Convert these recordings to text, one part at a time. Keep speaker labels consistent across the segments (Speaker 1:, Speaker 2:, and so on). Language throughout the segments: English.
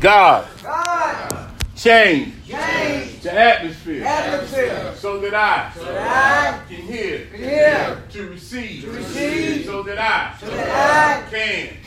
Speaker 1: God,
Speaker 2: God,
Speaker 1: change
Speaker 2: change
Speaker 1: the atmosphere
Speaker 2: atmosphere.
Speaker 1: so that I
Speaker 2: So that
Speaker 1: can hear
Speaker 2: I can hear,
Speaker 1: to receive,
Speaker 2: To receive.
Speaker 1: so that I
Speaker 2: so that
Speaker 1: can
Speaker 2: I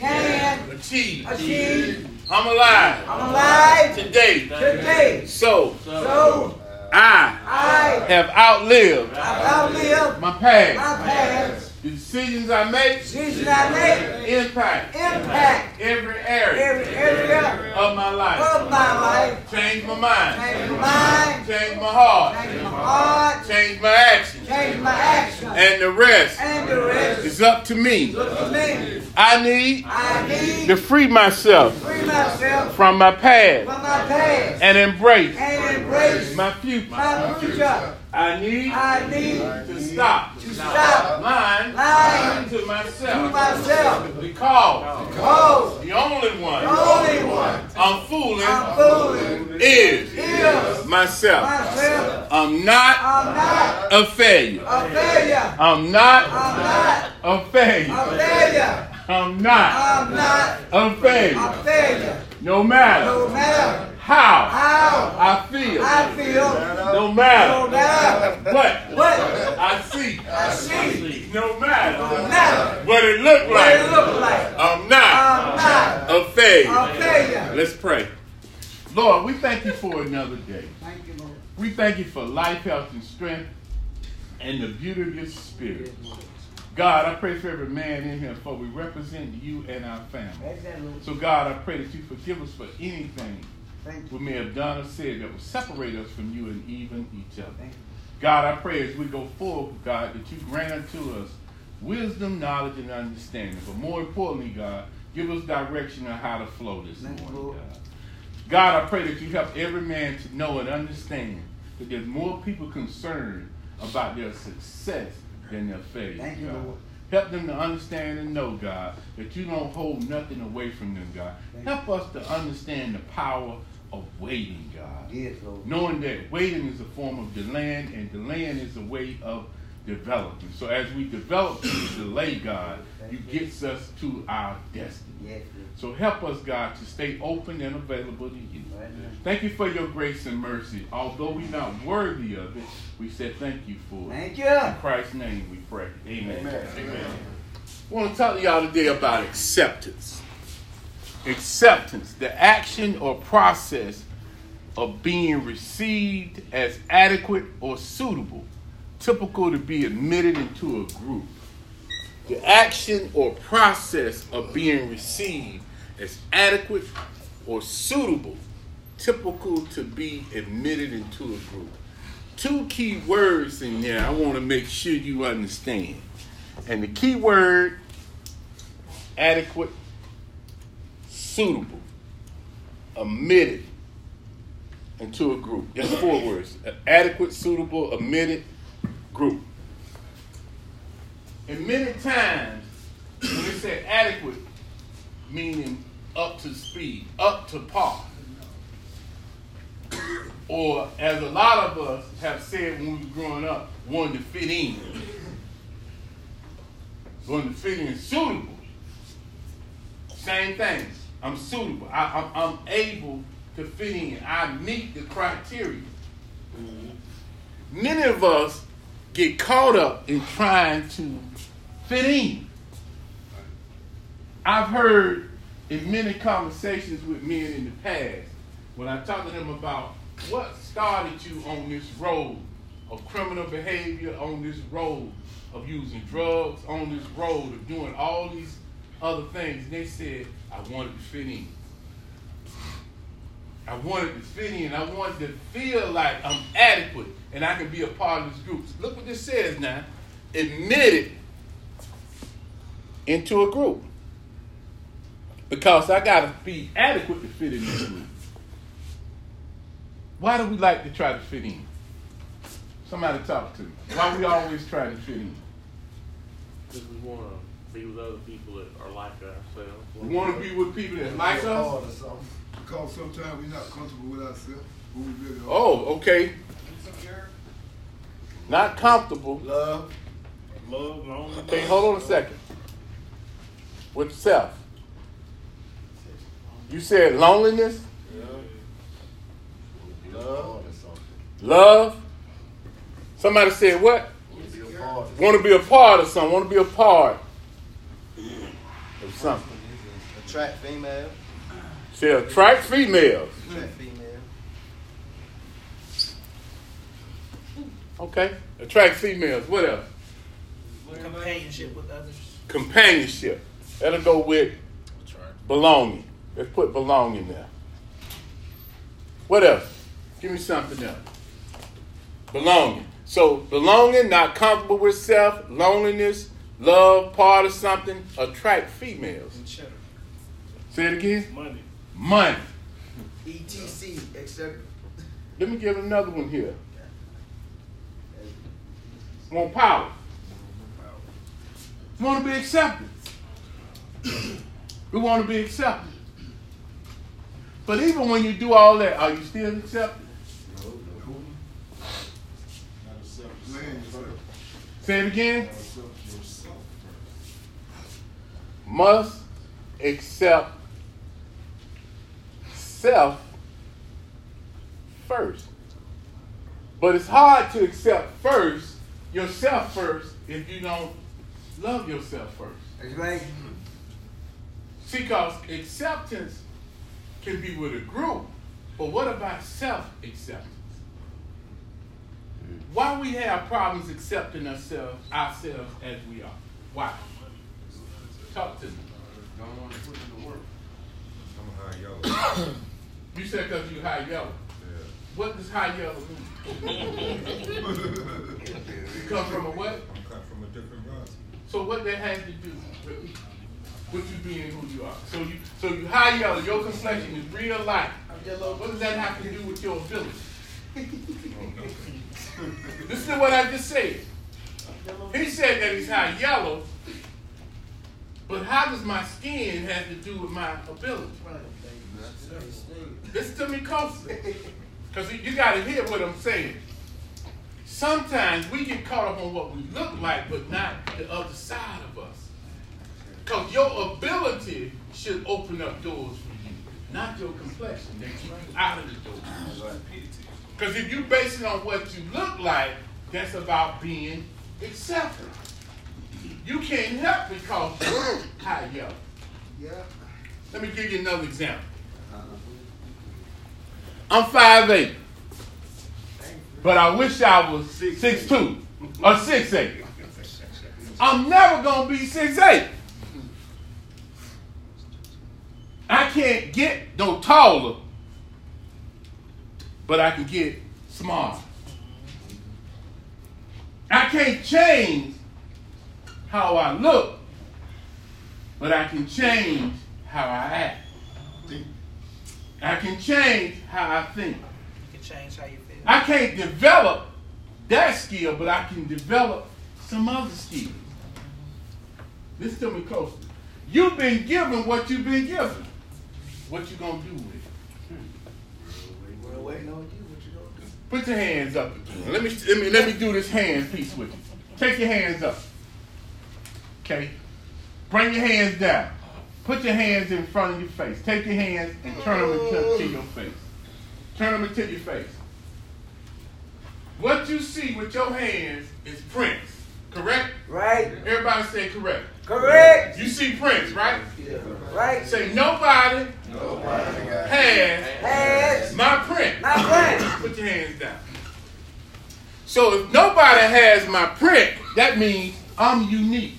Speaker 2: can
Speaker 1: achieve.
Speaker 2: achieve.
Speaker 1: I'm alive
Speaker 2: I'm alive
Speaker 1: today,
Speaker 2: today.
Speaker 1: so
Speaker 2: So
Speaker 1: I
Speaker 2: I
Speaker 1: have outlived
Speaker 2: have outlived
Speaker 1: my
Speaker 2: my
Speaker 1: past.
Speaker 2: past.
Speaker 1: The decisions I make
Speaker 2: Decisions I make
Speaker 1: impact
Speaker 2: impact
Speaker 1: every area
Speaker 2: every area
Speaker 1: of my life.
Speaker 2: of my life.
Speaker 1: Change my mind,
Speaker 2: Change my mind,
Speaker 1: change my heart,
Speaker 2: change my heart,
Speaker 1: change my actions,
Speaker 2: change my actions,
Speaker 1: and the rest
Speaker 2: and the rest
Speaker 1: is up to me.
Speaker 2: look for me.
Speaker 1: I need
Speaker 2: I need
Speaker 1: to free myself
Speaker 2: free myself
Speaker 1: from my
Speaker 2: from
Speaker 1: past
Speaker 2: my past
Speaker 1: and embrace
Speaker 2: and embrace
Speaker 1: my future.
Speaker 2: my future.
Speaker 1: I need
Speaker 2: I need
Speaker 1: to stop
Speaker 2: to stop
Speaker 1: lying
Speaker 2: lying
Speaker 1: to
Speaker 2: to
Speaker 1: myself
Speaker 2: myself.
Speaker 1: because
Speaker 2: Oh,
Speaker 1: the only
Speaker 2: the
Speaker 1: one
Speaker 2: only one
Speaker 1: I'm
Speaker 2: I'm
Speaker 1: fooling
Speaker 2: fooling
Speaker 1: is
Speaker 2: is
Speaker 1: myself.
Speaker 2: myself.
Speaker 1: I'm not
Speaker 2: I'm not
Speaker 1: a failure.
Speaker 2: a failure.
Speaker 1: I'm not
Speaker 2: I'm not
Speaker 1: a failure.
Speaker 2: a failure.
Speaker 1: I'm not
Speaker 2: I'm not
Speaker 1: a failure.
Speaker 2: a failure.
Speaker 1: No matter
Speaker 2: No matter
Speaker 1: how
Speaker 2: how
Speaker 1: I feel,
Speaker 2: I feel,
Speaker 1: no
Speaker 2: no
Speaker 1: matter
Speaker 2: matter
Speaker 1: what
Speaker 2: what
Speaker 1: I see,
Speaker 2: I see,
Speaker 1: no
Speaker 2: no
Speaker 1: matter
Speaker 2: matter
Speaker 1: what it looked
Speaker 2: what it
Speaker 1: like,
Speaker 2: looks like.
Speaker 1: I'm not
Speaker 2: I'm not
Speaker 1: a failure.
Speaker 2: a failure.
Speaker 1: Let's pray. Lord, we thank you for another day.
Speaker 2: Thank you, Lord.
Speaker 1: We thank you for life, health, and strength, and the beauty of your spirit. God, I pray for every man in here, for we represent you and our family.
Speaker 2: Praise that, Lord.
Speaker 1: So, God, I pray that you forgive us for anything
Speaker 2: Thank you.
Speaker 1: we may have done or said that will separate us from you and even each other.
Speaker 2: Thank you.
Speaker 1: God, I pray as we go forward, God, that you grant unto us wisdom, knowledge, and understanding. But more importantly, God, give us direction on how to flow this
Speaker 2: Thank you,
Speaker 1: morning,
Speaker 2: Lord.
Speaker 1: God. God, I pray that you help every man to know and understand that there's more people concerned about their success than their failure.
Speaker 2: Thank you,
Speaker 1: God.
Speaker 2: Lord.
Speaker 1: Help them to understand and know, God, that you don't hold nothing away from them, God.
Speaker 2: Thank
Speaker 1: Help us to understand the power of waiting, God
Speaker 2: Yes, Lord.
Speaker 1: knowing that waiting is a form of delaying, and delaying is a way of developing. So as we develop through delay, God, you gets us to our destiny.
Speaker 2: Yes,
Speaker 1: So help us, God, to stay open and available to you.
Speaker 2: Lord. Amen.
Speaker 1: Thank you for your grace and mercy. Although we're not worthy of it, we said thank you for it.
Speaker 2: Thank you.
Speaker 1: In Christ's name we pray. Amen.
Speaker 2: Amen.
Speaker 1: I want to talk to y'all today about acceptance. Acceptance, the action or process of being received as adequate or suitable, typical to be admitted into a group. The action or process of being received as adequate or suitable, typical to be admitted into a group. Two key words in there I want to make sure you understand. And the key word adequate, suitable, admitted into a group. That's four words adequate, suitable, admitted, group. And many times, when it said adequate, meaning up to speed, up to par. Or, as a lot of us have said when we were growing up, wanted to fit in going to fit in suitable. Same thing. I'm suitable. I, I'm, I'm able to fit in. I meet the criteria. Many of us get caught up in trying to fit in. I've heard in many conversations with men in the past when I talk to them about what started you on this road of criminal behavior, on this road of using drugs, on this road of doing all these other things. They said, I wanted to fit in. I wanted to fit in. I wanted to feel like I'm adequate and I can be a part of this group. Look what this says now. Admitted into a group. Because I gotta be adequate to fit in this group. Why do we like to try to fit in? Somebody talk to me. Why we always try to fit in?
Speaker 3: Because we want to be with other people that are like ourselves.
Speaker 1: We want to be with people that like us.
Speaker 4: Because sometimes we're not comfortable with ourselves, who we really are.
Speaker 1: Oh, okay. Not comfortable.
Speaker 4: Love,
Speaker 3: love, lonely.
Speaker 1: Okay, hold on a second. With self. You said loneliness. love. Somebody said what? Want to be a part of something. Want to be a part of something.
Speaker 5: Attract female.
Speaker 1: Say attract females.
Speaker 5: Attract female.
Speaker 1: Okay. Attract females. What else?
Speaker 2: Companionship with others.
Speaker 1: Companionship. That'll go with belonging. Let's put belonging there. What else? Give me something else. Belonging. So belonging, not comfortable with self, loneliness, love, part of something, attract females.
Speaker 2: Cheddar.
Speaker 1: Say it again.
Speaker 6: Money.
Speaker 1: Money.
Speaker 5: ETC, etc.
Speaker 1: Let me give another one here. Want power. Want to be accepted. we want to be accepted. But even when you do all that, are you still accepted?
Speaker 7: Man yourself.
Speaker 1: Say it again. Must accept self first. But it's hard to accept first yourself first if you don't love yourself first.
Speaker 5: Explain.
Speaker 1: See, because acceptance can be with a group, but what about self acceptance? Why we have problems accepting ourselves ourselves as we are? Why? Talk to me.
Speaker 7: Don't want to put in the work.
Speaker 4: I'm high yellow.
Speaker 1: You said because you high yellow.
Speaker 4: Yeah.
Speaker 1: What does high yellow mean? You come from a what?
Speaker 4: I'm cut from a different rod.
Speaker 1: So what that has to do with, with you being who you are? So you so you high yellow, your complexion is real light. What does that have to do with your ability? Listen to what I just said. He said that he's high yellow, but how does my skin have to do with my ability? Listen to me closely. Because you got to hear what I'm saying. Sometimes we get caught up on what we look like, but not the other side of us. Because your ability should open up doors for you, not your complexion that keep you out of the door. Because if you base it on what you look like, that's about being accepted. You can't help because you're high yellow.
Speaker 5: Yeah.
Speaker 1: Let me give you another example. I'm 5'8, but I wish I was 6'2 or 6'8. I'm never going to be 6'8. I can't get no taller, but I can get smaller. I can't change how I look, but I can change how I act. I can change how I think.
Speaker 2: You can change how you feel.
Speaker 1: I can't develop that skill, but I can develop some other skills. Listen to me closely. You've been given what you've been given. What you gonna do with it?
Speaker 5: We're waiting on you. What you gonna do?
Speaker 1: Put your hands up. Let me let me let me do this hand piece with you. Take your hands up. Okay. Bring your hands down. Put your hands in front of your face. Take your hands and turn them into to your face. Turn them into your face. What you see with your hands is Prince, correct?
Speaker 5: Right.
Speaker 1: Everybody say correct.
Speaker 5: Correct.
Speaker 1: You see Prince, right?
Speaker 5: Right.
Speaker 1: Say nobody has
Speaker 5: Pass.
Speaker 1: my print.
Speaker 5: Not playing.
Speaker 1: Put your hands down. So if nobody has my print, that means I'm unique.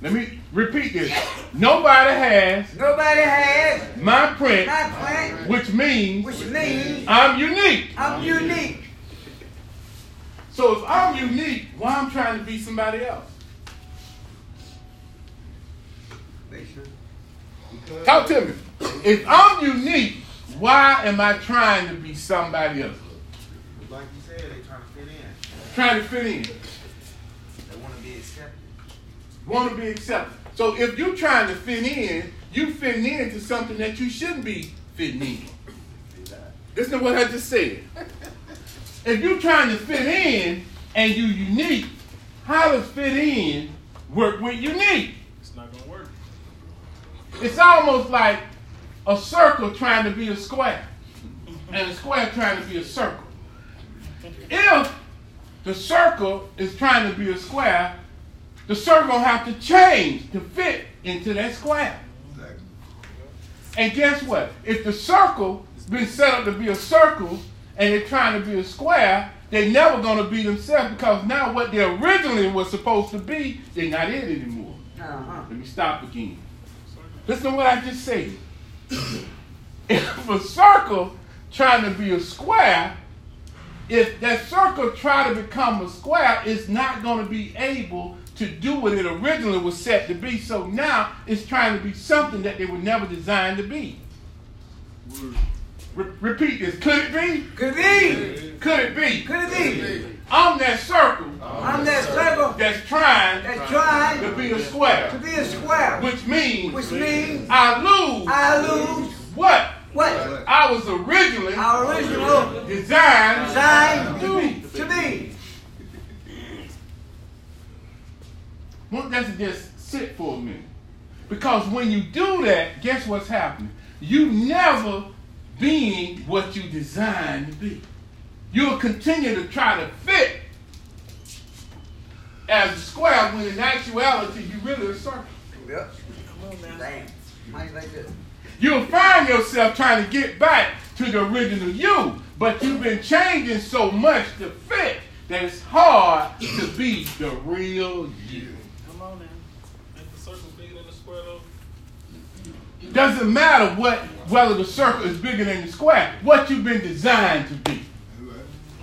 Speaker 1: Let me repeat this. Nobody has
Speaker 5: Nobody has.
Speaker 1: my print,
Speaker 5: Not playing.
Speaker 1: which means
Speaker 5: Which means
Speaker 1: I'm unique.
Speaker 5: I'm unique.
Speaker 1: So if I'm unique, why I'm trying to be somebody else? Talk to me. If I'm unique, why am I trying to be somebody else?
Speaker 5: Like you said, they trying to fit in.
Speaker 1: Trying to fit in.
Speaker 5: They want to be accepted.
Speaker 1: want to be accepted. So if you're trying to fit in, you fitting in to something that you shouldn't be fitting in. Listen to what I just said. If you're trying to fit in and you unique, how does fit in work with unique?
Speaker 6: It's not gonna work.
Speaker 1: It's almost like a circle trying to be a square. and a square trying to be a circle. If the circle is trying to be a square, the circle have to change to fit into that square.
Speaker 7: Exactly.
Speaker 1: And guess what? If the circle been set up to be a circle and they're trying to be a square, they never gonna be themselves because now what they originally was supposed to be, they're not it anymore.
Speaker 5: Uh-huh.
Speaker 1: Let me stop again. Listen to what I just said. if a circle trying to be a square, if that circle try to become a square, it's not going to be able to do what it originally was set to be. So now it's trying to be something that they were never designed to be.
Speaker 7: Word.
Speaker 1: Re- repeat this. Could it be?
Speaker 5: Could it be?
Speaker 1: Could it be?
Speaker 5: Could it be?
Speaker 1: I'm that circle
Speaker 5: I'm that circle
Speaker 1: that's trying
Speaker 5: that's
Speaker 1: to
Speaker 5: trying
Speaker 1: be a
Speaker 5: to
Speaker 1: square,
Speaker 5: be a square,
Speaker 1: which means
Speaker 5: which means
Speaker 1: I
Speaker 5: I lose
Speaker 1: lose what
Speaker 5: what
Speaker 1: I was originally
Speaker 5: our original
Speaker 1: designed
Speaker 5: design
Speaker 1: to be.
Speaker 5: to be.
Speaker 1: Want that to just sit for a minute. Because when you do that, guess what's happening? You never being what you designed to be. You'll continue to try to fit as a square when in actuality you really a circle.
Speaker 5: Yep.
Speaker 2: Come on now.
Speaker 5: Damn. Might like this.
Speaker 1: You'll find yourself trying to get back to the original you, but you've been changing so much to fit that it's hard to be the real you.
Speaker 2: Come on now.
Speaker 3: Ain't the circle bigger than the square though?
Speaker 1: Doesn't matter what whether the circle is bigger than the square. What you've been designed to be.
Speaker 7: Anyway,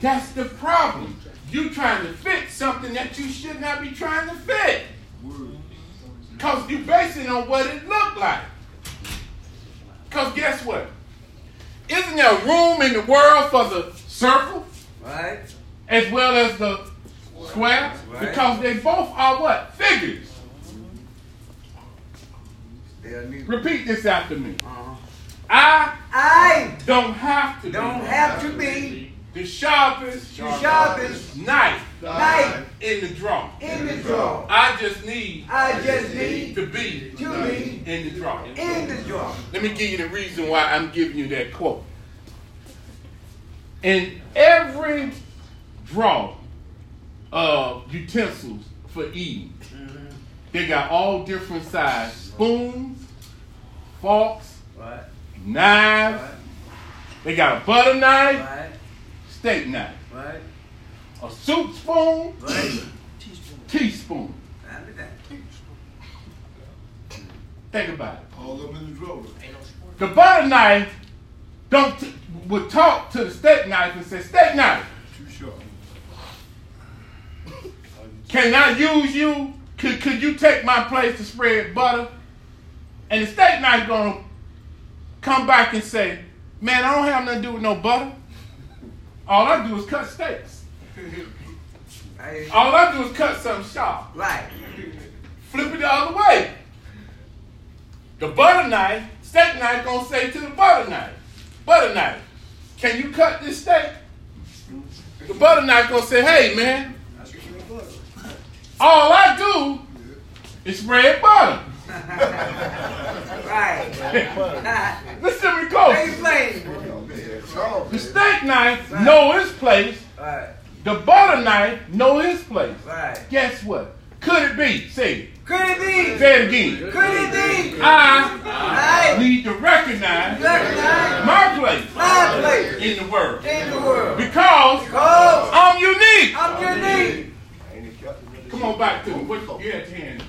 Speaker 1: That's the problem. You trying to fit something that you should not be trying to fit.
Speaker 7: word.
Speaker 1: Cause you basing it on what it looked like. Cause guess what? Isn't there room in the world for the circle
Speaker 5: Right?
Speaker 1: as well as the square? Because they both are what? Figures.
Speaker 5: They'll need.
Speaker 1: Repeat this after me.
Speaker 5: Uh-huh.
Speaker 1: I
Speaker 5: I
Speaker 1: don't have to
Speaker 5: don't
Speaker 1: be
Speaker 5: have to be
Speaker 1: the sharpest
Speaker 5: the sharpest
Speaker 1: knife
Speaker 5: knife
Speaker 1: in the drawer.
Speaker 5: in the drawer.
Speaker 1: I just need
Speaker 5: I just need
Speaker 1: to be
Speaker 5: to be
Speaker 1: in the drawer.
Speaker 5: in the drawer.
Speaker 1: Let me give you the reason why I'm giving you that quote. In every drawer of utensils for eating,
Speaker 5: Mm-hmm.
Speaker 1: they got all different size spoons, forks,
Speaker 5: Right,
Speaker 1: knives.
Speaker 5: right,
Speaker 1: They got a butter knife,
Speaker 5: right,
Speaker 1: steak knife,
Speaker 5: right,
Speaker 1: a soup spoon,
Speaker 5: right.
Speaker 1: teaspoon.
Speaker 5: Now, look at that.
Speaker 1: Think about it.
Speaker 7: All of them in the drawer.
Speaker 1: The butter knife don't t- would talk to the steak knife and say, "Steak knife,
Speaker 7: Too sharp.
Speaker 1: can I use you? Could could you take my place to spread butter?" And the steak knife gonna come back and say, "Man, I don't have nothing to do with no butter. All I do is cut steaks.
Speaker 5: Right.
Speaker 1: All I do is cut something sharp.
Speaker 5: Right.
Speaker 1: Flip it the other way." The butter knife, steak knife gonna say to the butter knife, butter knife, can you cut this steak? The butter knife gonna say, hey man,
Speaker 5: That's what you're doing.
Speaker 1: all I do is spread butter.
Speaker 5: Right.
Speaker 1: Listen to me
Speaker 5: Ain't
Speaker 1: close.
Speaker 5: playing.
Speaker 1: The steak knife
Speaker 5: Right.
Speaker 1: know his place.
Speaker 5: Right,
Speaker 1: The butter knife know his place.
Speaker 5: right.
Speaker 1: Guess what? Could it be? Say
Speaker 5: Could
Speaker 1: it.
Speaker 5: it be?
Speaker 1: Say it again.
Speaker 5: Could it be?
Speaker 1: I
Speaker 5: I
Speaker 1: need to recognize
Speaker 5: recognize
Speaker 1: my place
Speaker 5: my place
Speaker 1: in the world
Speaker 5: in the world.
Speaker 1: because
Speaker 5: Cause
Speaker 1: I'm unique.
Speaker 5: I'm unique.
Speaker 1: Come on back to me. What you had to hand?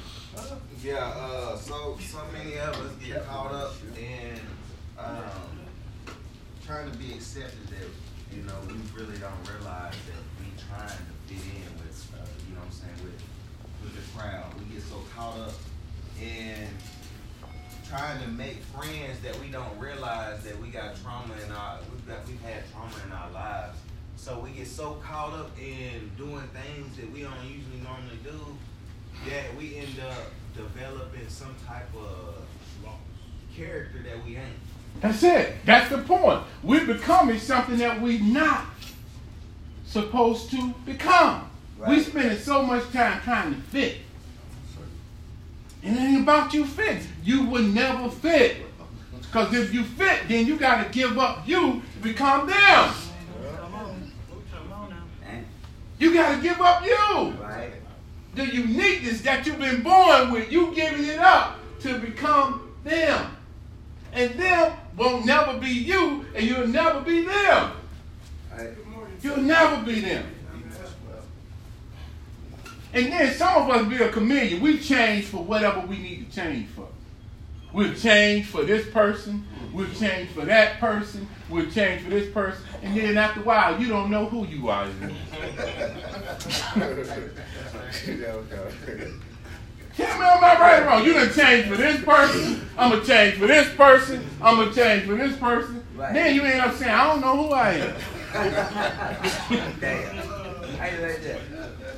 Speaker 8: Yeah, uh, so so many of us get caught up in um, trying to be accepted that you know we really don't realize that we trying to fit in with uh, you know what I'm saying with with the crowd. We get so caught up in trying to make friends that we don't realize that we got trauma in our we've got we've had trauma in our lives. So we get so caught up in doing things that we don't usually normally do that we end up developing some type of character that we ain't.
Speaker 1: That's it. That's the point. We're becoming something that we're not supposed to become. we
Speaker 8: Right.
Speaker 1: spending so much time trying to fit. And it ain't about you fit. You will never fit. Because if you fit, then you got to give up you to become them.
Speaker 2: Come on. Come on now.
Speaker 1: You got to give up you.
Speaker 8: Right?
Speaker 1: The uniqueness that you've been born with, you giving it up to become them. And them won't never be you, and you'll never be them.
Speaker 8: Right?
Speaker 1: You'll never be them. And then some of us be a chameleon. We change for whatever we need to change for. We'll change for this person. We'll change for that person. We'll change for this person. And then after a while, you don't know who you are. anymore. Tell me, am I right or wrong? You done change for this person. I'm going to change for this person. I'm going to change for this person.
Speaker 8: Right.
Speaker 1: Then you end up saying, I don't know who I am.
Speaker 8: Damn. How you like that?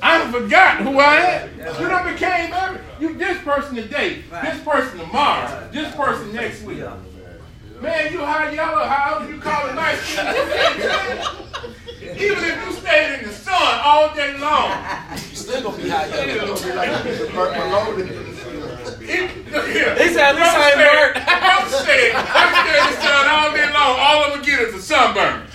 Speaker 1: I done forgot who I am. You done became every, you this person today, this person tomorrow, this person next week. Man, you high yellow, how old you call it light skin? You can't change. Even if you stayed in the sun all day long,
Speaker 5: You still gonna be high. You're gonna be like the purple loaded.
Speaker 1: He
Speaker 5: said, "This ain't burnt."
Speaker 1: I'm saying, I'm staying in the sun all day long. All I'm gonna get is a sunburn.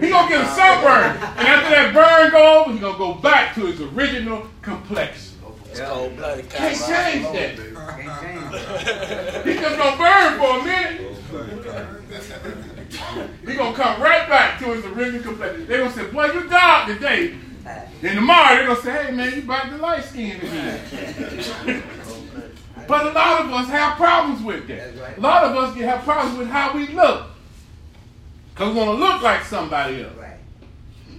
Speaker 1: He gonna get a sunburn, and after that burn go over, he gonna go back to his original complexion.
Speaker 5: It's cold blooded.
Speaker 1: Can't change that.
Speaker 8: Can't change it.
Speaker 1: He just gonna burn for a minute. He gonna come right back to his original complexion. They gonna say, "Boy, you dark today." Then tomorrow they gonna say, "Hey man, you back to light skin again." but a lot of us have problems with that.
Speaker 8: That's right.
Speaker 1: A lot of us can have problems with how we look, cause we wanna look like somebody else.
Speaker 8: Right.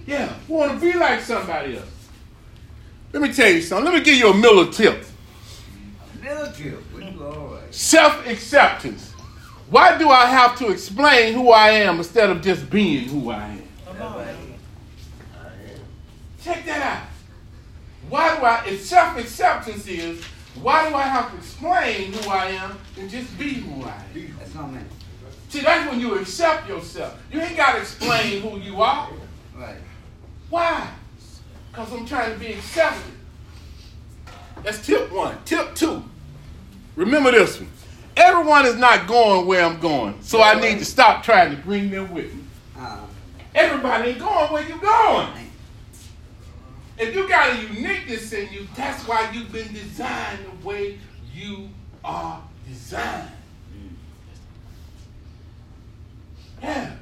Speaker 1: Yeah, we want to be like somebody else. Let me tell you something. Let me give you a Miller tip.
Speaker 8: Little kill. We you alright.
Speaker 1: Self acceptance. Why do I have to explain who I am instead of just being who I am?
Speaker 2: Come on. now.
Speaker 1: Check that out. Why do I, if self acceptance is, why do I have to explain who I am and just be who I am?
Speaker 8: That's not man.
Speaker 1: See, that's when you accept yourself. You ain't got to explain who you are.
Speaker 8: Right.
Speaker 1: Why? Because I'm trying to be accepted. That's tip one. Tip two. Remember this one. Everyone is not going where I'm going, so I need to stop trying to bring them with me.
Speaker 8: Uh,
Speaker 1: Everybody ain't going where you going. If you got a uniqueness in you, that's why you've been designed the way you are designed. Yeah.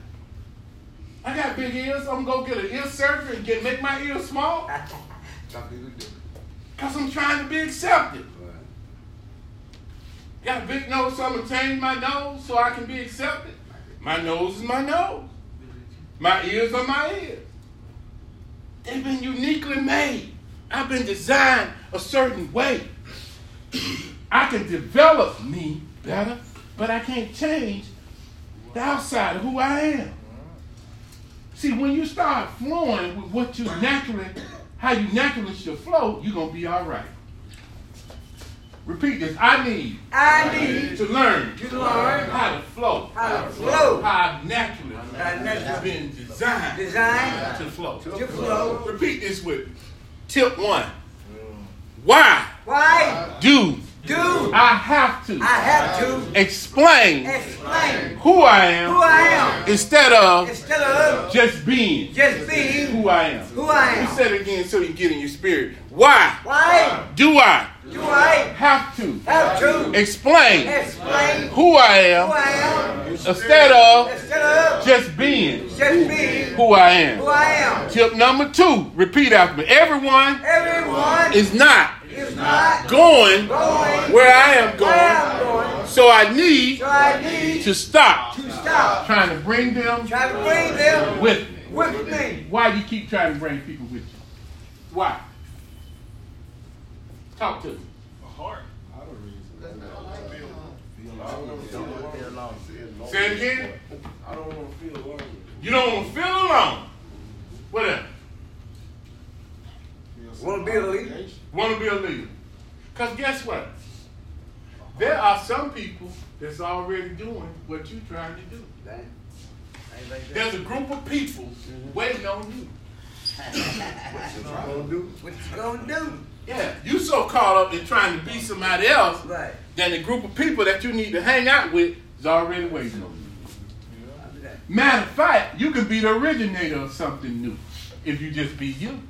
Speaker 1: I got big ears. I'm gonna go get an ear surgery and get make my ears small. Cause I'm trying to be accepted. Got a big nose, so I'm gonna change my nose so I can be accepted. My nose is my nose. My ears are my ears. They've been uniquely made. I've been designed a certain way. I can develop me better, but I can't change the outside of who I am. See, when you start flowing with what you naturally, how you naturally should flow, you're gonna be all right. Repeat this. I need
Speaker 8: I need
Speaker 1: to learn
Speaker 8: to learn
Speaker 1: how to flow.
Speaker 8: how to flow.
Speaker 1: How naturally
Speaker 8: How naturally.
Speaker 1: has been designed
Speaker 8: Design
Speaker 1: to flow.
Speaker 8: to flow.
Speaker 1: Repeat this with me. Tip one. Why
Speaker 8: Why
Speaker 1: do
Speaker 8: do
Speaker 1: I have
Speaker 8: I
Speaker 1: to
Speaker 8: have to
Speaker 1: explain
Speaker 8: explain
Speaker 1: who I
Speaker 8: who
Speaker 1: am
Speaker 8: I am
Speaker 1: instead of
Speaker 8: instead of
Speaker 1: just being
Speaker 8: just being
Speaker 1: who I am?
Speaker 8: who I
Speaker 1: You
Speaker 8: am?
Speaker 1: said it again so you can get in your spirit. Why
Speaker 8: Why
Speaker 1: do I
Speaker 8: do I
Speaker 1: have to
Speaker 8: have to
Speaker 1: explain
Speaker 8: explain who
Speaker 1: who I
Speaker 8: I
Speaker 1: am
Speaker 8: am
Speaker 1: instead of
Speaker 8: instead of
Speaker 1: just being
Speaker 8: just being
Speaker 1: who I am?
Speaker 8: who I am?
Speaker 1: Tip number two, repeat after me. Everyone
Speaker 8: Everyone
Speaker 1: is not
Speaker 8: is not
Speaker 1: going
Speaker 8: going
Speaker 1: where I am
Speaker 8: where I'm
Speaker 1: going,
Speaker 8: going,
Speaker 1: so I need
Speaker 8: so I need
Speaker 1: to stop
Speaker 8: to stop.
Speaker 1: trying to bring them
Speaker 8: Try to bring them
Speaker 1: with me.
Speaker 8: with me.
Speaker 1: Why do you keep trying to bring people with you? Why? Talk to me.
Speaker 3: heart.
Speaker 1: Say it again.
Speaker 7: I don't want to feel lonely.
Speaker 1: You don't want to feel alone. What else?
Speaker 8: Want to be a leader?
Speaker 1: Want to be a leader. Because guess what? There are some people that's already doing what you're trying to do. There's a group of
Speaker 7: Mm-hmm.
Speaker 1: people waiting on you.
Speaker 8: What you gonna do?
Speaker 1: Yeah, you so caught up in trying to be somebody else
Speaker 2: Right.
Speaker 1: than the group of people that you need to hang out with is already waiting on you.
Speaker 2: I do that.
Speaker 1: Matter of fact, you could be the originator of something new if you just be you.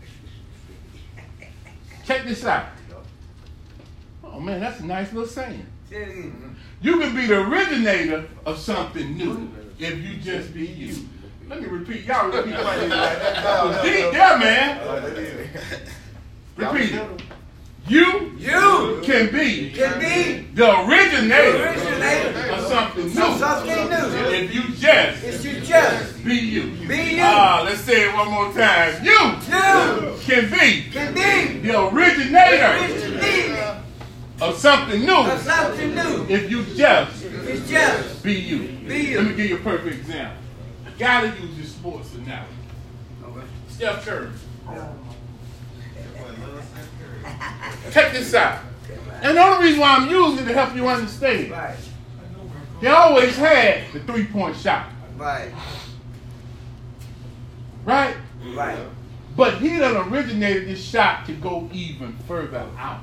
Speaker 1: Check this out. Oh man, that's a nice little saying.
Speaker 2: Say it again.
Speaker 1: You can be the originator of something new if you just be you. Let me repeat. Y'all repeat what I said. Deep there, man. Repeat it. You, you can be,
Speaker 2: Can be
Speaker 1: the originator
Speaker 2: originator
Speaker 1: of something new
Speaker 2: of something new.
Speaker 1: if you just
Speaker 2: It's you just
Speaker 1: be you.
Speaker 2: be you.
Speaker 1: Ah, let's say it one more time. You
Speaker 2: you
Speaker 1: can be
Speaker 2: can be
Speaker 1: the originator
Speaker 2: originator
Speaker 1: of something new
Speaker 2: of something new.
Speaker 1: if you just
Speaker 2: It's just
Speaker 1: be you.
Speaker 2: Be you.
Speaker 1: Let me give you a perfect example. Gotta use your sports analogy. Steph Curry. Check this out. And the only reason why I'm using it to help you understand,
Speaker 2: right,
Speaker 1: he always had the three point shot,
Speaker 2: right,
Speaker 1: right?
Speaker 2: right.
Speaker 1: But he done originated this shot to go even further out.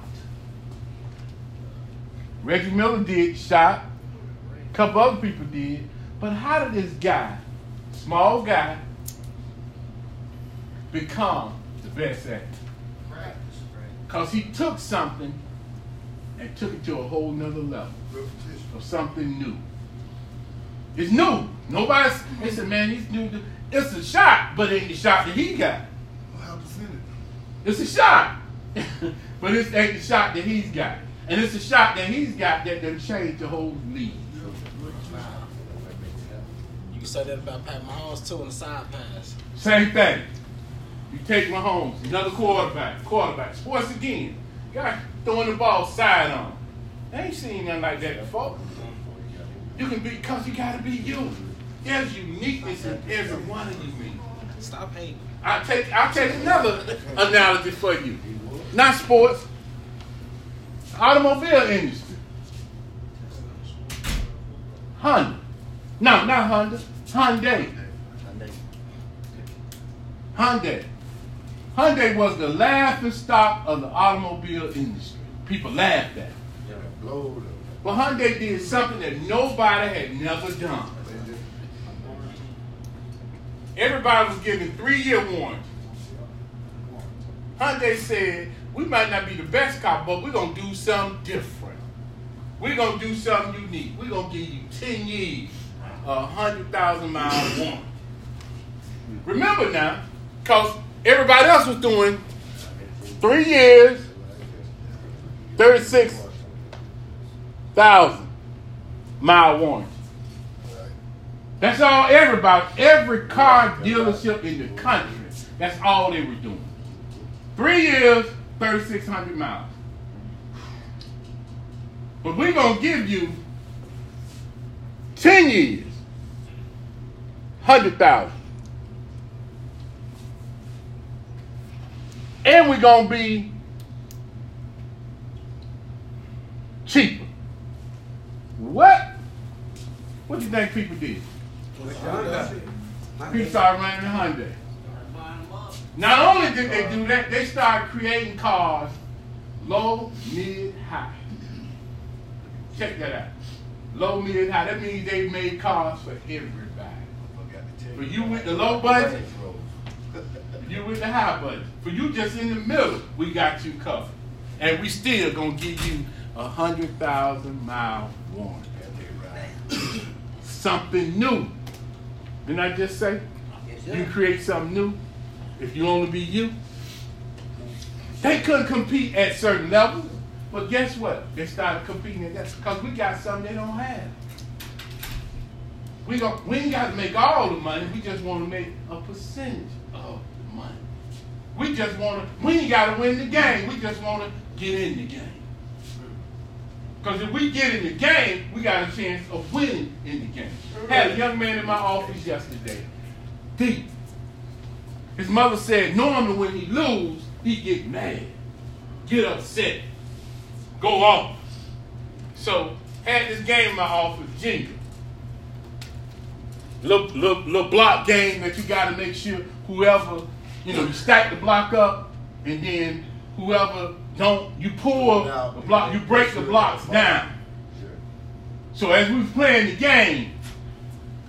Speaker 1: Reggie Miller did shot, a couple other people did, but how did this guy, small guy, become the best at it? Because he took something and took it to a whole nother level of something new. It's new. Nobody's, they said, man, he's new. to-" It's a shot, but it ain't the shot that he got.
Speaker 7: How percentage?
Speaker 1: It's a shot. but it's ain't the shot that he's got. And it's a shot that he's got that done changed the whole league.
Speaker 9: You can say that about Pat Mahomes too on the side pass.
Speaker 1: Same thing. You take Mahomes, another quarterback, quarterback, sports again. Guy throwing the ball side on. Ain't seen nothing like that before. You can be, cause you gotta be you. There's uniqueness in every one of you men.
Speaker 9: Stop hating.
Speaker 1: I'll take I'll take another analogy for you. Not sports. Automobile industry. Honda. No, not Honda. Hyundai. Hyundai. Hyundai was the laughing stock of the automobile industry. People laughed at it. But Hyundai did something that nobody had never done. Everybody was given three year warranty. Hyundai said, we might not be the best car, but we're gonna do something different. We're gonna do something unique. We're gonna give you 10 years, a hundred thousand miles warranty. Remember now, because everybody else was doing three years, 36,000 mile warranty. That's all everybody, every car dealership in the country, that's all they were doing. Three years, 3,600 miles. But we're going to give you 10 years, 100,000. And we're going to be cheaper. What? What do you think people did? People started running the Hyundai. Not only did they do that, they started creating cars low, mid, high. Check that out. Low, mid, high. That means they made cars for everybody. For you with the low budget, for you with the high budget. For you just in the middle, we got you covered. And we still gonna give you a hundred thousand mile warranty. Something new. Didn't I just say?
Speaker 2: Yes,
Speaker 1: You
Speaker 2: sir.
Speaker 1: create something new. If you only be you, they couldn't compete at certain levels. But guess what? They started competing at that because we got something they don't have. We don't. We ain't got to make all the money. We just want to make a percentage of the money. We just want to. We ain't got to win the game. We just want to get in the game. Because if we get in the game, we got a chance of winning in the game. Had a young man in my office yesterday, deep. His mother said, normally when he lose, he get mad, get upset, go off. So had this game in my office, Junior. Little, little, little block game that you got to make sure whoever, you know, you stack the block up, and then whoever don't you pull the block, you break the blocks down. So as we was playing the game,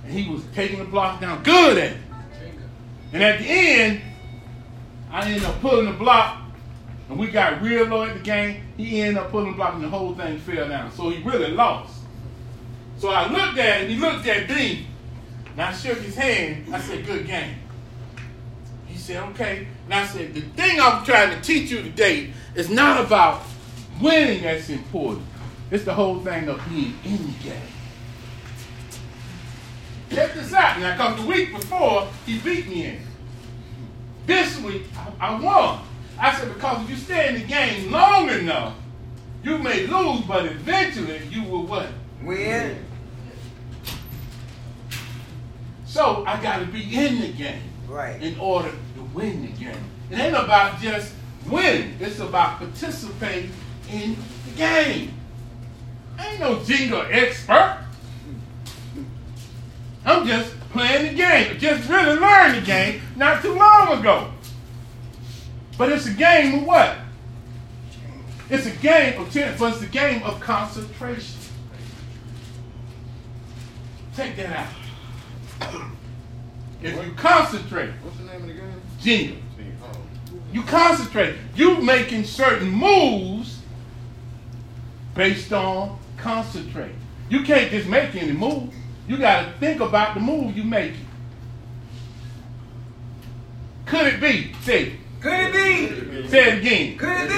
Speaker 1: and he was taking the block down good at it. And at the end, I ended up pulling the block, and we got real low at the game. He ended up pulling the block, and the whole thing fell down. So he really lost. So I looked at him, he looked at me, and I shook his hand. I said, Good game. He said, Okay. And I said, The thing I'm trying to teach you today is not about winning that's important, it's the whole thing of being in the game. Check this out. Now, because the week before, he beat me in. it. This week, I, I won. I said, because if you stay in the game long enough, you may lose, but eventually you will what?
Speaker 8: Win.
Speaker 1: So I got to be in the game
Speaker 8: Right.
Speaker 1: in order to win the game. It ain't about just winning. It's about participating in the game. I ain't no Jenga expert. I'm just playing the game. Just really learned the game not too long ago. But it's a game of what? It's a game of chance, but it's a game of concentration. Take that out. If you concentrate,
Speaker 5: What's the name of the game?
Speaker 1: Jenga. You concentrate. You making certain moves based on concentrate. You can't just make any move. You got to think about the move you making. Could it be? Say
Speaker 2: Could it be?
Speaker 1: it. Say it again.
Speaker 2: Could it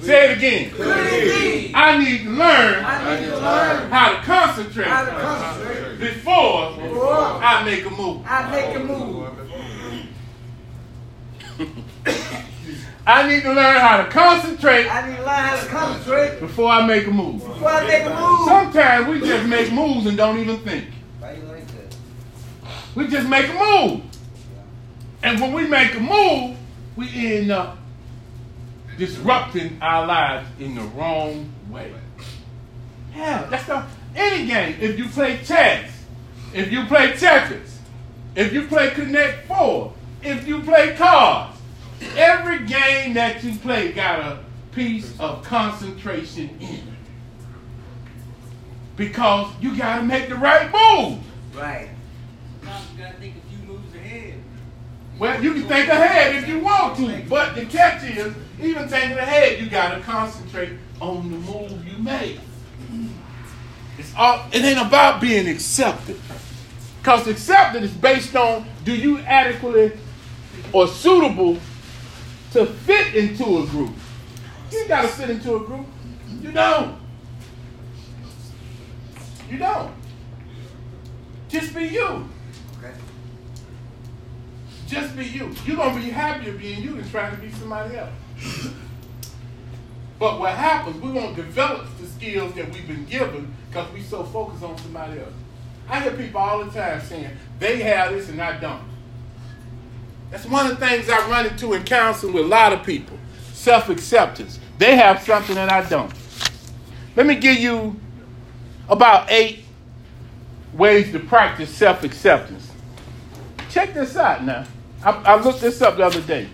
Speaker 2: be?
Speaker 1: Say it again.
Speaker 2: Could it be?
Speaker 1: I need to learn
Speaker 2: I need to learn
Speaker 1: how to concentrate
Speaker 2: how to concentrate
Speaker 1: before
Speaker 2: before
Speaker 1: I make a move.
Speaker 2: I make a move.
Speaker 1: I need to learn how to concentrate
Speaker 2: I need to learn how to concentrate
Speaker 1: before I make a move.
Speaker 2: before I make a move.
Speaker 1: Sometimes we just make moves and don't even think.
Speaker 8: Why you like that?
Speaker 1: We just make a move. And when we make a move, we end up disrupting our lives in the wrong way. Yeah, that's not any game. If you play chess, if you play Tetris, if you play Connect Four, if you play cards, every game that you play got a piece of concentration in it. Because you gotta make the right move.
Speaker 2: Right.
Speaker 1: Well, you can think ahead if you want to, but the catch is, even thinking ahead, you gotta concentrate on the move you make. It's all, it ain't about being accepted. Because accepted is based on do you adequately or suitable to fit into a group. You gotta fit into a group. You don't. You don't. Just be you.
Speaker 8: Okay.
Speaker 1: Just be you. You're gonna be happier being you than trying to be somebody else. but what happens, we won't develop the skills that we've been given because we so focused on somebody else. I hear people all the time saying, they have this and I don't. That's one of the things I run into in counseling with a lot of people. Self-acceptance. They have something that I don't. Let me give you about eight ways to practice self-acceptance. Check this out now. I, I looked this up the other day.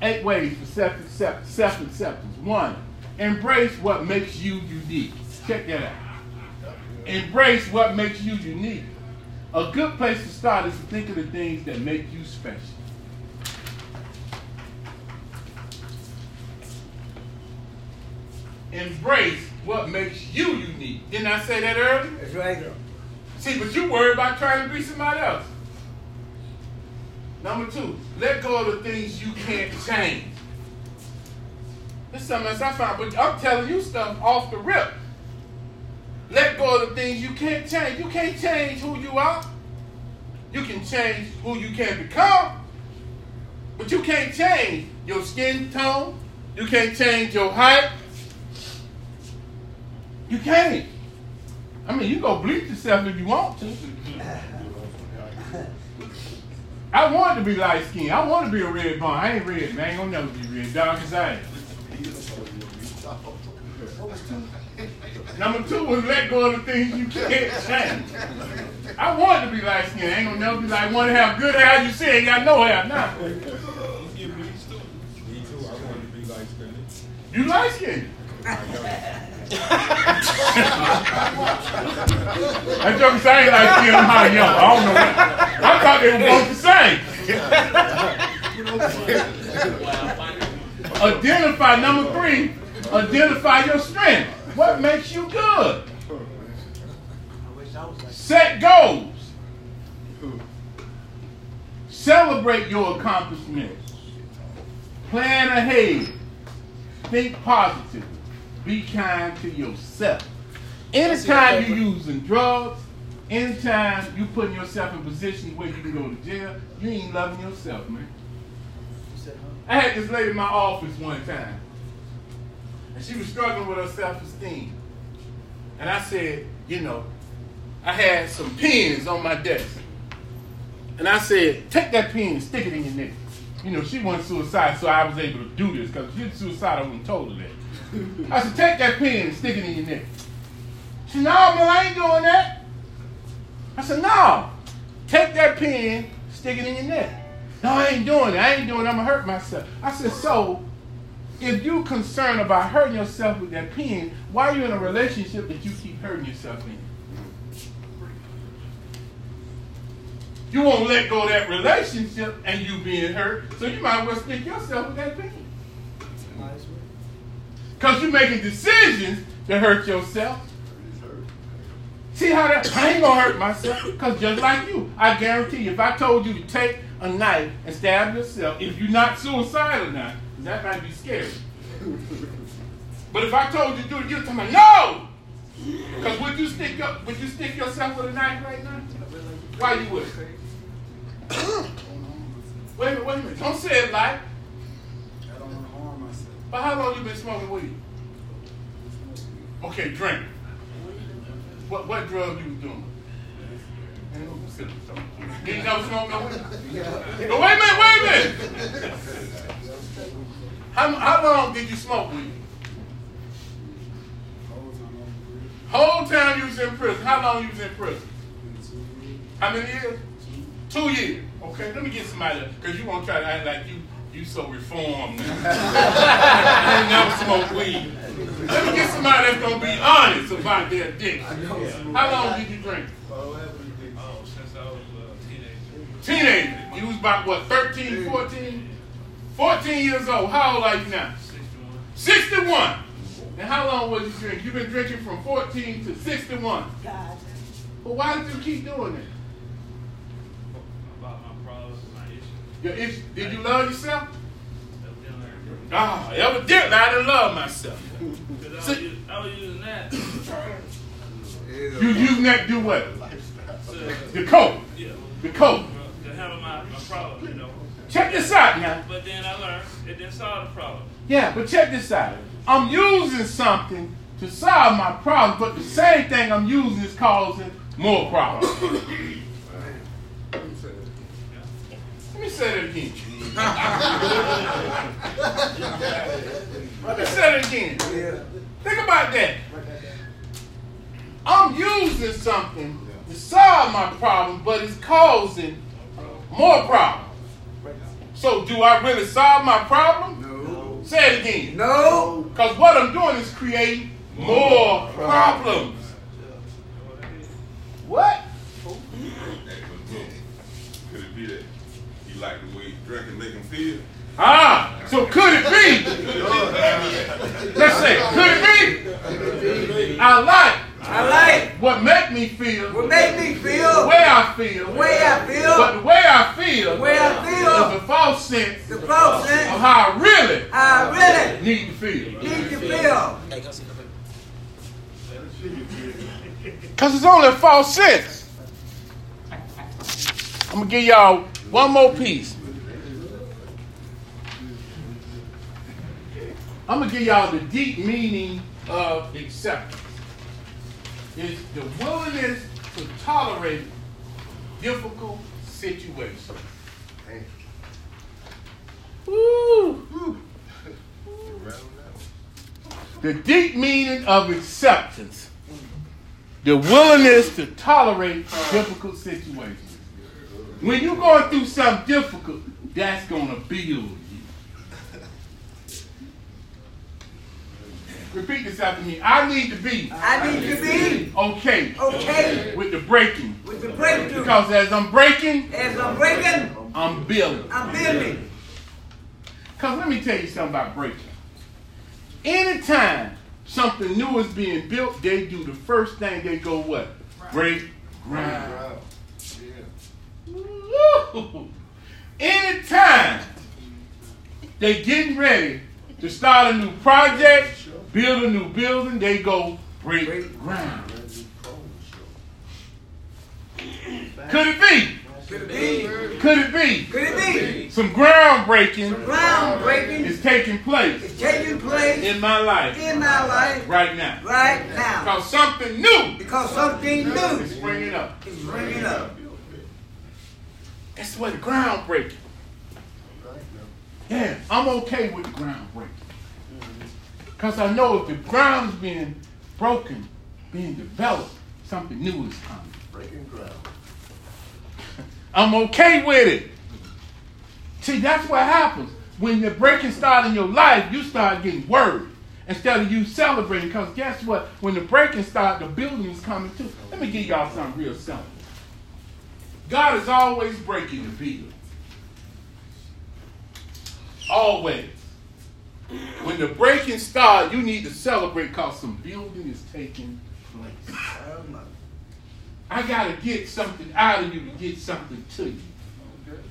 Speaker 1: Eight ways for self accept self acceptance. One, embrace what makes you unique. Check that out. Embrace what makes you unique. A good place to start is to think of the things that make you special. Embrace what makes you unique. Didn't I say that earlier?
Speaker 2: That's right.
Speaker 1: See, but you worry about trying to be somebody else. Number two, let go of the things you can't change. This is something else I found, but I'm telling you stuff off the rip. Let go of the things you can't change. You can't change who you are. You can change who you can become, but you can't change your skin tone. You can't change your height. You can't. I mean, you go bleach yourself if you want to. I want to be light skinned. I want to be a red bone. I ain't red, man. I ain't gonna never be red. Dark as I am. Number two was let go of the things you can't change. I want to be light skinned. I ain't gonna never be like want to have good hair. You see, ain't got no hair now.
Speaker 3: You get me these two.
Speaker 4: Me too, I wanted to be like Stanley.
Speaker 1: You light skinned. That joke is I ain't light skinned, I'm high yellow. I don't know what. I thought they were both the same. identify number three, identify your strength. What makes you good? Set goals. Celebrate your accomplishments. Plan ahead. Think positive. Be kind to yourself. Anytime you using drugs, anytime you putting yourself in positions where you can go to jail, you ain't loving yourself, man. I had this lady in my office one time, and she was struggling with her self esteem. And I said, you know, I had some pins on my desk. And I said, take that pin and stick it in your neck. You know, she wasn't suicidal, so I was able to do this, because if she was suicidal, I wouldn't told her that. I said, take that pin and stick it in your neck. She said, no, man, I ain't doing that. I said, no, take that pin, stick it in your neck. No, I ain't doing it. I ain't doing it. I'm going to hurt myself. I said, so if you concerned about hurting yourself with that pen, why are you in a relationship that you keep hurting yourself in? You won't let go of that relationship and you being hurt, so you might as well stick yourself with that pen. Because you're making decisions to hurt yourself. See how that, I ain't gonna hurt myself, because just like you, I guarantee you, if I told you to take a knife and stab yourself, if you're not suicidal now, that might be scary. But if I told you to do it, you'd tell me, no! Because would you stick up, would you stick yourself with a knife right now? Why you would? wait a minute, wait a minute, don't say it like,
Speaker 5: I don't want to harm myself.
Speaker 1: but how long you been smoking weed? Okay, drink. What, what drug you was doing? Did you never smoke no weed? No, wait a minute, wait a minute. How, how long did you smoke weed?
Speaker 5: Hold on, I'm
Speaker 1: Whole time you was in prison. How long you was in prison?
Speaker 5: free.
Speaker 1: How many years? Two years. Okay, let me get somebody else, cause you won't try to act like you you so reformed. I never smoked weed. Let me get somebody that's gonna be honest about their addiction. How long did you drink?
Speaker 3: Oh, since I was a teenager.
Speaker 1: Teenager. You was about what, 13, 14? 14 years old. How old are you now?
Speaker 3: 61.
Speaker 1: 61. And how long was you drinking? You've been drinking from 14 to 61. But why did you keep doing that?
Speaker 3: About my problems and my issues.
Speaker 1: Your issue, did you love yourself?
Speaker 3: Because
Speaker 1: Ah, evidently I didn't love myself.
Speaker 3: I, was u- I was using that to,
Speaker 1: You using that to do what?
Speaker 3: to,
Speaker 1: The coat.
Speaker 3: yeah,
Speaker 1: The coat.
Speaker 3: to handle my, my problem, you know.
Speaker 1: Check this out now.
Speaker 3: But then I learned it didn't solve the problem.
Speaker 1: Yeah, but check this out. I'm using something to solve my problem, but the same thing I'm using is causing more problems. Let me say that again. Let me say that again. Think about that. I'm using something to solve my problem, but it's causing more problems. So, do I really solve my problem?
Speaker 5: No.
Speaker 1: Say it again.
Speaker 5: No.
Speaker 1: Because what I'm doing is creating more problems. What?
Speaker 4: Could it be that he liked the way he drank and make him feel?
Speaker 1: Ah, so could it be? Let's say, could it be? I like
Speaker 2: I like
Speaker 1: what make me feel
Speaker 2: what make me
Speaker 1: the
Speaker 2: feel
Speaker 1: way I feel.
Speaker 2: the way I
Speaker 1: But
Speaker 2: feel,
Speaker 1: the way I feel
Speaker 2: the way I
Speaker 1: is a false sense
Speaker 2: feel,
Speaker 1: of
Speaker 2: the closeness
Speaker 1: how I really
Speaker 2: I
Speaker 1: need to feel.
Speaker 2: really need to feel.
Speaker 9: Hey, come see the paper.
Speaker 1: Because it's only a false sense. I'm going to give y'all one more piece. I'm going to give y'all the deep meaning of acceptance. It's the willingness to tolerate difficult situations. Woo. The deep meaning of acceptance the willingness to tolerate difficult situations. When you're going through something difficult, that's going to build you. Repeat this after me. I need to be
Speaker 2: I need to be
Speaker 1: okay
Speaker 2: okay
Speaker 1: with the breaking.
Speaker 2: with the breakthrough.
Speaker 1: Because as I'm breaking,
Speaker 2: As I'm breaking,
Speaker 1: I'm building.
Speaker 2: I'm building.
Speaker 1: Because let me tell you something about breaking. Anytime something new is being built, they do the first thing they go what? Break ground.
Speaker 7: Wow. Yeah.
Speaker 1: Woo! Anytime they getting ready to start a new project, build a new building, they go break ground. Could it be?
Speaker 2: Could it be?
Speaker 1: Could it
Speaker 2: Could it
Speaker 1: be? Some ground breaking
Speaker 2: be? Ground breaking
Speaker 1: is taking place
Speaker 2: is taking place
Speaker 1: in my life
Speaker 2: in my life
Speaker 1: right now.
Speaker 2: right now
Speaker 1: Because something new
Speaker 2: because something new
Speaker 1: is springing up.
Speaker 2: is bringing up.
Speaker 1: That's what groundbreaking. Yeah, I'm okay with the groundbreaking. Because I know if the ground's being broken, being developed, something new is coming.
Speaker 5: Breaking ground.
Speaker 1: I'm okay with it. See, that's what happens. When the breaking starts in your life, you start getting worried instead of you celebrating. Because guess what? When the breaking starts, the building is coming too. Let me give y'all something real simple. God is always breaking the building. Always. When the breaking starts, you need to celebrate because some building is taking place. I gotta get something out of you to get something to you.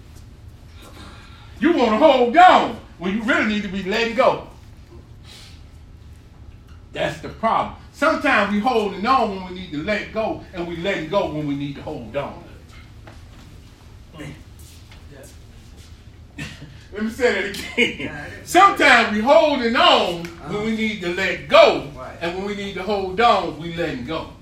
Speaker 1: You wanna hold on when you really need to be letting go. That's the problem. Sometimes we holding on when we need to let go, and we letting go when we need to hold on. Let me say that again. Sometimes we holding on
Speaker 5: Uh-huh.
Speaker 1: when we need to let go, and when we need to hold on, we letting go.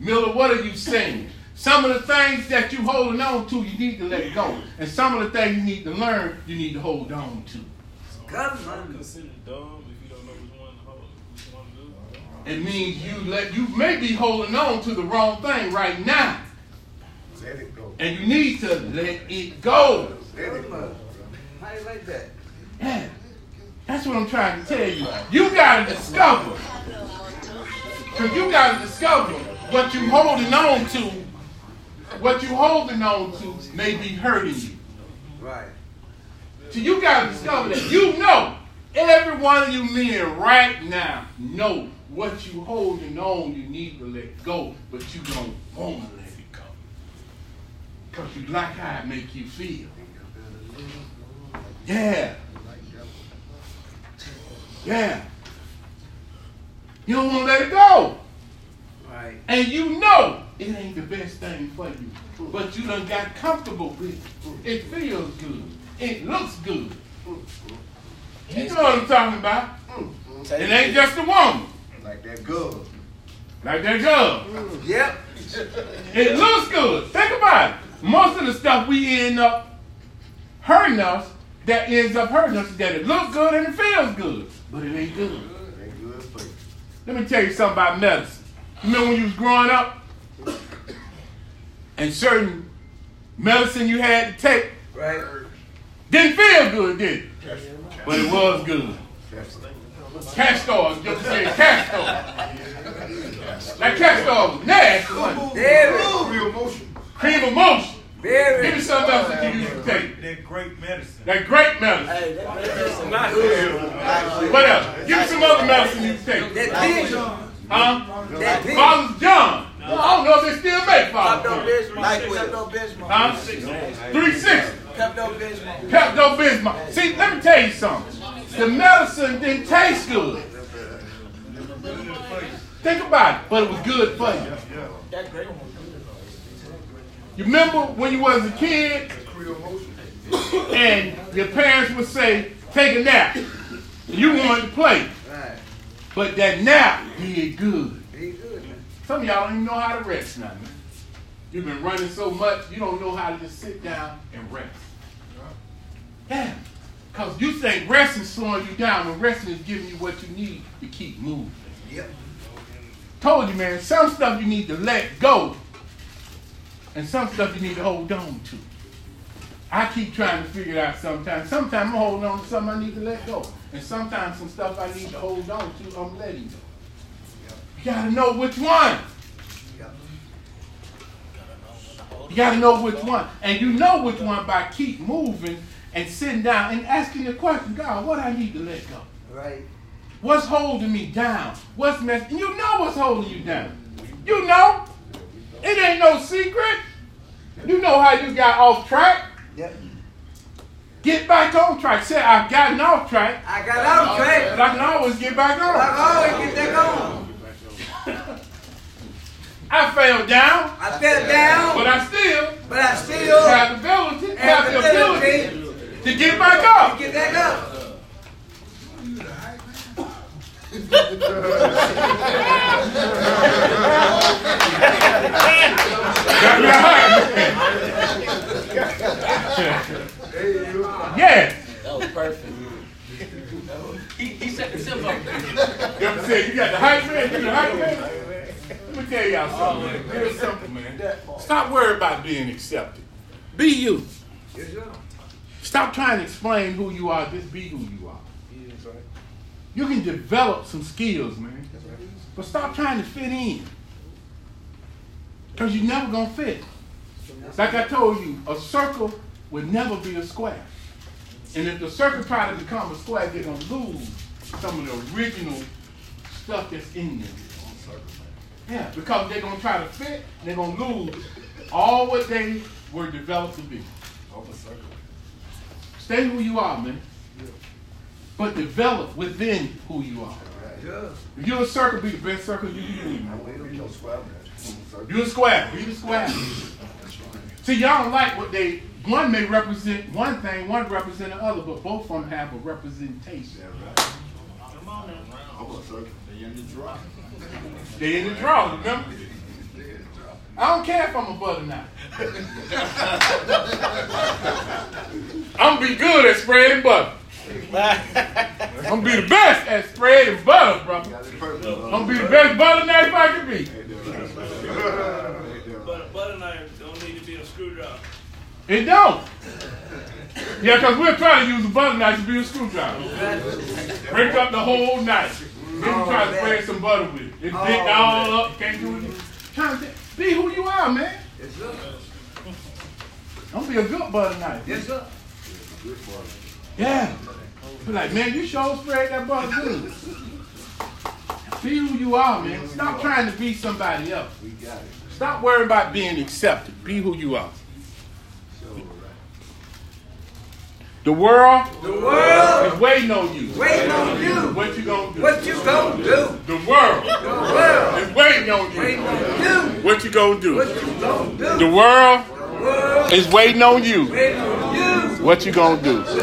Speaker 1: Miller, what are you saying? Some of the things that you holding on to, you need to let go, and some of the things you need to learn, you need to hold on to.
Speaker 2: Government.
Speaker 3: Consider dumb if you don't know which one to hold, which one to do.
Speaker 1: It means you let you may be holding on to the wrong thing right now,
Speaker 5: Let it go.
Speaker 1: and you need to let it go.
Speaker 5: Let it go.
Speaker 2: How you like that?
Speaker 1: Yeah, that's what I'm trying to tell you. You gotta discover, cause you gotta discover what you holding on to. What you holding on to may be hurting you.
Speaker 2: Right.
Speaker 1: So you gotta discover that you know every one of you men right now know what you holding on you need to let go, but you don't wanna let it go. Cause you like how it make you feel. Yeah. Yeah. You don't wanna let it go.
Speaker 2: Right.
Speaker 1: And you know it ain't the best thing for you. But you done got comfortable with it. It feels good. It looks good. You know what I'm talking about. It ain't just a woman.
Speaker 5: Mm-hmm. Like that good.
Speaker 1: Like that girl.
Speaker 2: Yep.
Speaker 1: It looks good. Think about it. Most of the stuff we end up hurting us, that ends up hurting us, is that it looks good and it feels good. But it ain't good.
Speaker 5: That good for you.
Speaker 1: Let me tell you something about medicine. You remember when you was growing up, and certain medicine you had to take
Speaker 2: Right.
Speaker 1: didn't feel good, did it? But it was good. Castor, you just said castor. That castor was nasty. wasn't it?
Speaker 2: Very,
Speaker 5: Real motion.
Speaker 1: Cream of motion. Give me
Speaker 2: very.
Speaker 1: something else that you used to take.
Speaker 3: That great medicine.
Speaker 1: That great medicine.
Speaker 9: Hey, that medicine
Speaker 3: Not good.
Speaker 1: What else? Give me some other medicine you used to take.
Speaker 2: That vision.
Speaker 1: Huh?
Speaker 2: That vision.
Speaker 1: Father's John. I don't know if they still make Father's John.
Speaker 9: like with it.
Speaker 1: Huh? 360. Pepto Bismol. See, let me tell you something. The medicine didn't taste good. Think about it, but it was good for you. You remember when you was a kid
Speaker 7: Real motion.
Speaker 1: and your parents would say, take a nap. And you wanted to play. But that nap did good. Some of y'all don't even know how to rest now, man. You've been running so much, you don't know how to just sit down and rest. Yeah. Because you think resting is slowing you down, and resting is giving you what you need to keep moving.
Speaker 2: Yep.
Speaker 1: Told you, man, some stuff you need to let go, and some stuff you need to hold on to. I keep trying to figure it out sometimes. Sometimes I'm holding on to something I need to let go. And sometimes some stuff I need to hold on to, I'm letting go. You gotta know which one. You gotta know which one. And you know which one by keep moving and sitting down and asking the question, God, what I need to let go?
Speaker 2: Right.
Speaker 1: What's holding me down? What's mess? You know what's holding you down. You know. It ain't no secret. You know how you got off track.
Speaker 2: Yep.
Speaker 1: Get back on track. Say, I've gotten off track,
Speaker 2: I got out,
Speaker 1: but
Speaker 2: Trey.
Speaker 1: I can always get back on.
Speaker 2: I always get that on.
Speaker 1: I fell down,
Speaker 2: I fell down,
Speaker 1: but I still
Speaker 2: but I still
Speaker 1: have the ability, have
Speaker 2: have
Speaker 1: the
Speaker 2: the
Speaker 1: ability
Speaker 2: ability to
Speaker 1: to get back up.
Speaker 2: get that up.
Speaker 1: Yes.
Speaker 9: That was perfect.
Speaker 6: He, he set himself up.
Speaker 1: Them say you got the hype man, you the hype man. Let me tell y'all something, man. Real simple, man. Stop worrying about being accepted. Be you. Stop trying to explain who you are. Just be who you are. You can develop some skills, man. But stop trying to fit in. Because you're never going to fit. Like I told you, a circle would never be a square. And if the circle try to become a square, they're going to lose some of the original stuff that's in them. Yeah, because they're going to try to fit, and they're going to lose all what they were developed to be. Stay who you are, man. But develop within who you are. If you're a circle, be the best circle you can be, man. You a square. You a square. See, y'all don't like what they. One may represent one thing, one represent the other, but both of them have a representation. They in the draw, remember? I don't care if I'm a bud or not. I'm be good at spreading butter. I'm be the best at spreading butter, bro. I'm be the best butter knife I can be.
Speaker 3: But a butter knife don't need to be a screwdriver.
Speaker 1: It don't. Yeah, because we're trying to use a butter knife to be a screwdriver. Break up the whole knife. Then we try
Speaker 2: Oh,
Speaker 1: to spread some butter with it. It's bent all up, can't do it. Trying to be who you are, man.
Speaker 2: Yes, sir.
Speaker 1: Don't be a good butter knife.
Speaker 2: Yes, sir.
Speaker 1: Yeah. Be like, man, you sure spread that butter good. Be who you are, man. Stop trying to be somebody else.
Speaker 5: We got it.
Speaker 1: Stop worrying about being accepted. Be who you are. The world
Speaker 2: The world
Speaker 1: is waiting on you.
Speaker 2: waiting on you.
Speaker 1: What you gonna do?
Speaker 2: What you gonna do?
Speaker 1: The world
Speaker 2: The world
Speaker 1: is waiting on
Speaker 2: waiting
Speaker 1: you.
Speaker 2: on you.
Speaker 1: What you gonna
Speaker 2: What
Speaker 1: do?
Speaker 2: you gonna
Speaker 1: The
Speaker 2: do?
Speaker 1: world
Speaker 2: The world
Speaker 1: is waiting on you.
Speaker 2: waiting on you.
Speaker 1: What you gonna do?